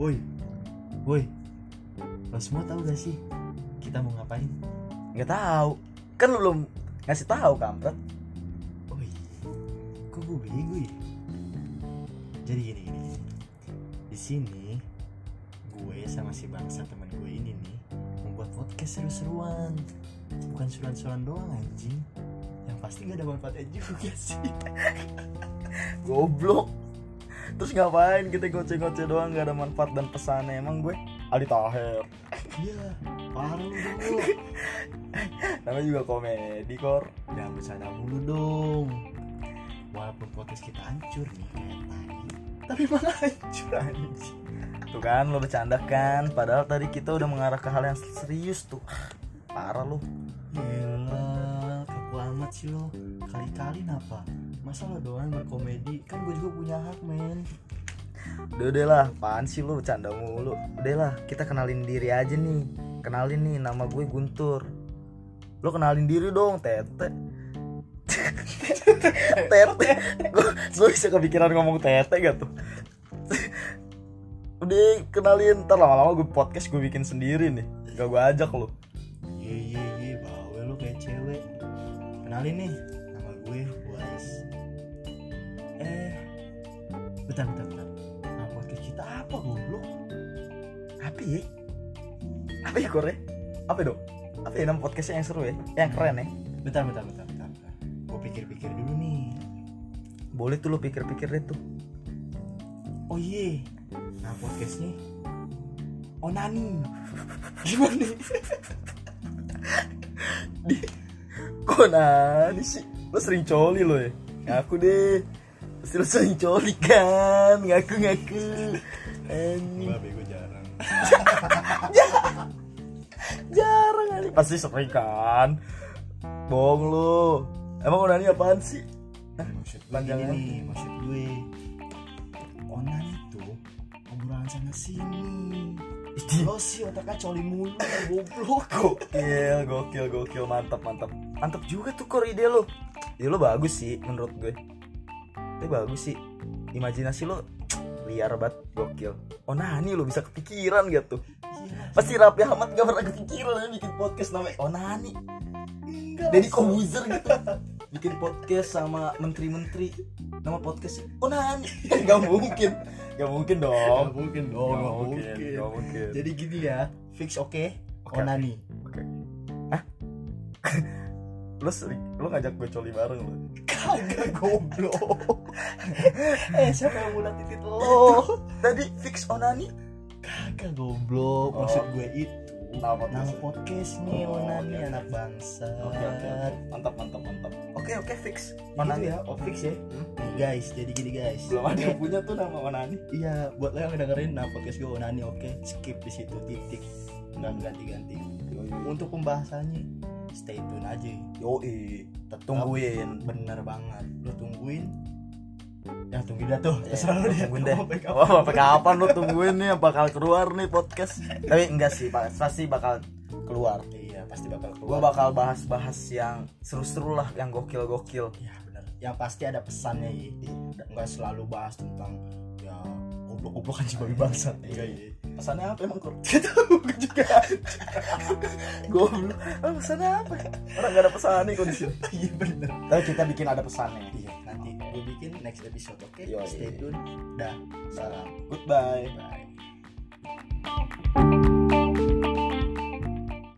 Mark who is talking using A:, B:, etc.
A: Woi, woi, lo semua tahu gak sih kita mau ngapain?
B: nggak tahu kan lu belum ngasih tahu kampret
A: Woi, kok gue bego ya? Jadi gini gini, di sini gue sama si bangsa teman gue ini nih membuat podcast seru-seruan, bukan seruan-seruan doang anjing. Yang pasti gak ada manfaatnya juga sih.
B: goblok terus ngapain kita goceh-goceh doang nggak ada manfaat dan pesannya emang gue Aldi Taher
A: Iya, parah lu dong. lu.
B: namanya juga komedi kor
A: Jangan bercanda mulu dong. Walaupun podcast kita hancur nih kayak tadi, tapi malah hancur anjing.
B: tuh kan lo bercanda kan padahal tadi kita udah mengarah ke hal yang serius tuh Ah, parah lu
A: Yelah, kaku amat sih lo Kali-kali napa? Masa lo doang berkomedi? Kan gue juga punya hak, men
B: udah udah lah apaan sih lu bercanda mulu udah lah kita kenalin diri aja nih kenalin nih nama gue Guntur lo kenalin diri dong tete tete gue bisa kepikiran ngomong tete gak tuh udah kenalin ntar lama-lama gue podcast gue bikin sendiri nih gak gue ajak lo
A: Ye ye ye, bawel iya, lo kayak cewek Kenalin nih, nama gue Wais Eh, bentar bentar bentar Nama podcast kita apa goblok?
B: apa ya apa ya kore apa dong apa ya nama podcastnya yang seru ya yang keren ya
A: Bentar bentar bentar bentar, bentar. Gue pikir-pikir dulu nih
B: boleh tuh lo pikir-pikir deh tuh
A: Oh iya, nama podcastnya Onani Gimana?
B: Kok nani sih? Lo sering coli lo ya? Ngaku deh Pasti lo sering coli kan? Ngaku-ngaku Anjing
A: bego jarang
B: Jarang kali Pasti sering kan? Bohong lo Emang onani apaan sih?
A: maksud gue
B: Panjangan.
A: gini nih, maksud gue onan itu obrolan sana sini lo sih otaknya coli mulu goblok
B: Gokil, gokil, gokil Mantap, mantap Mantap juga tuh kor ide lo Ide lo bagus sih menurut gue Tapi bagus sih Imajinasi lo liar banget gokil onani lo bisa kepikiran gitu
A: iya
B: Pasti Raffi Ahmad gak pernah kepikiran ya bikin podcast namanya Onani
A: enggak
B: Deddy Kobuzer gitu Bikin podcast sama menteri-menteri Nama podcast Onani Gak mungkin Gak mungkin dong
A: Nggak mungkin
B: Gak
A: dong nggak mungkin
B: Gak mungkin
A: jadi gini ya fix oke
B: Oke,
A: onani
B: Oke Hah? Lo sering Lo ngajak gue coli bareng lo
A: kagak goblok eh siapa yang mulai titik lo
B: Tadi fix Onani
A: kagak goblok maksud
B: Oh.
A: gue itu
B: Nama
A: nama podcast
B: podcast
A: nih
B: Oh,
A: onani
B: oke, oke.
A: anak bangsa
B: Oke oke oke. Mantap mantap mantap Oke oke fix
A: Gitu
B: Onani
A: ya, oh, fix ya.
B: Hmm?
A: Nih, guys, jadi gini guys.
B: Belum ada
A: Oke,
B: yang punya tuh nama Onani
A: Iya, buat lo yang dengerin nah podcast gue Onani oke, skip di situ titik. Enggak ganti-ganti. Untuk pembahasannya stay tune aja.
B: Yoi
A: Tetap
B: Tungguin
A: bener banget. Lo tungguin. Ya tungguin dah tuh. Terserah lo deh.
B: Iya, tungguin deh.
A: Mau back up.
B: Oh, sampai kapan lu tungguin nih bakal keluar nih podcast? Tapi enggak sih, Pak. Pasti bakal keluar.
A: Iya, pasti bakal
B: Gua
A: keluar.
B: bakal bahas-bahas yang seru-seru lah, yang gokil-gokil.
A: Ya bener. Yang pasti ada pesannya ya. Enggak selalu bahas tentang ya goblok-goblokan si babi bangsa. Iya, iya.
B: Pesannya apa emang, Kur?
A: Gak tau gue juga.
B: Goblok. Emang pesannya apa? Orang enggak ada pesan nih kondisi.
A: Iya bener.
B: Tapi kita bikin ada pesannya.
A: Iya, nanti gue bikin next episode, oke?
B: Yoi.
A: Stay tune. Dah, salam.
B: Goodbye.
A: Bye.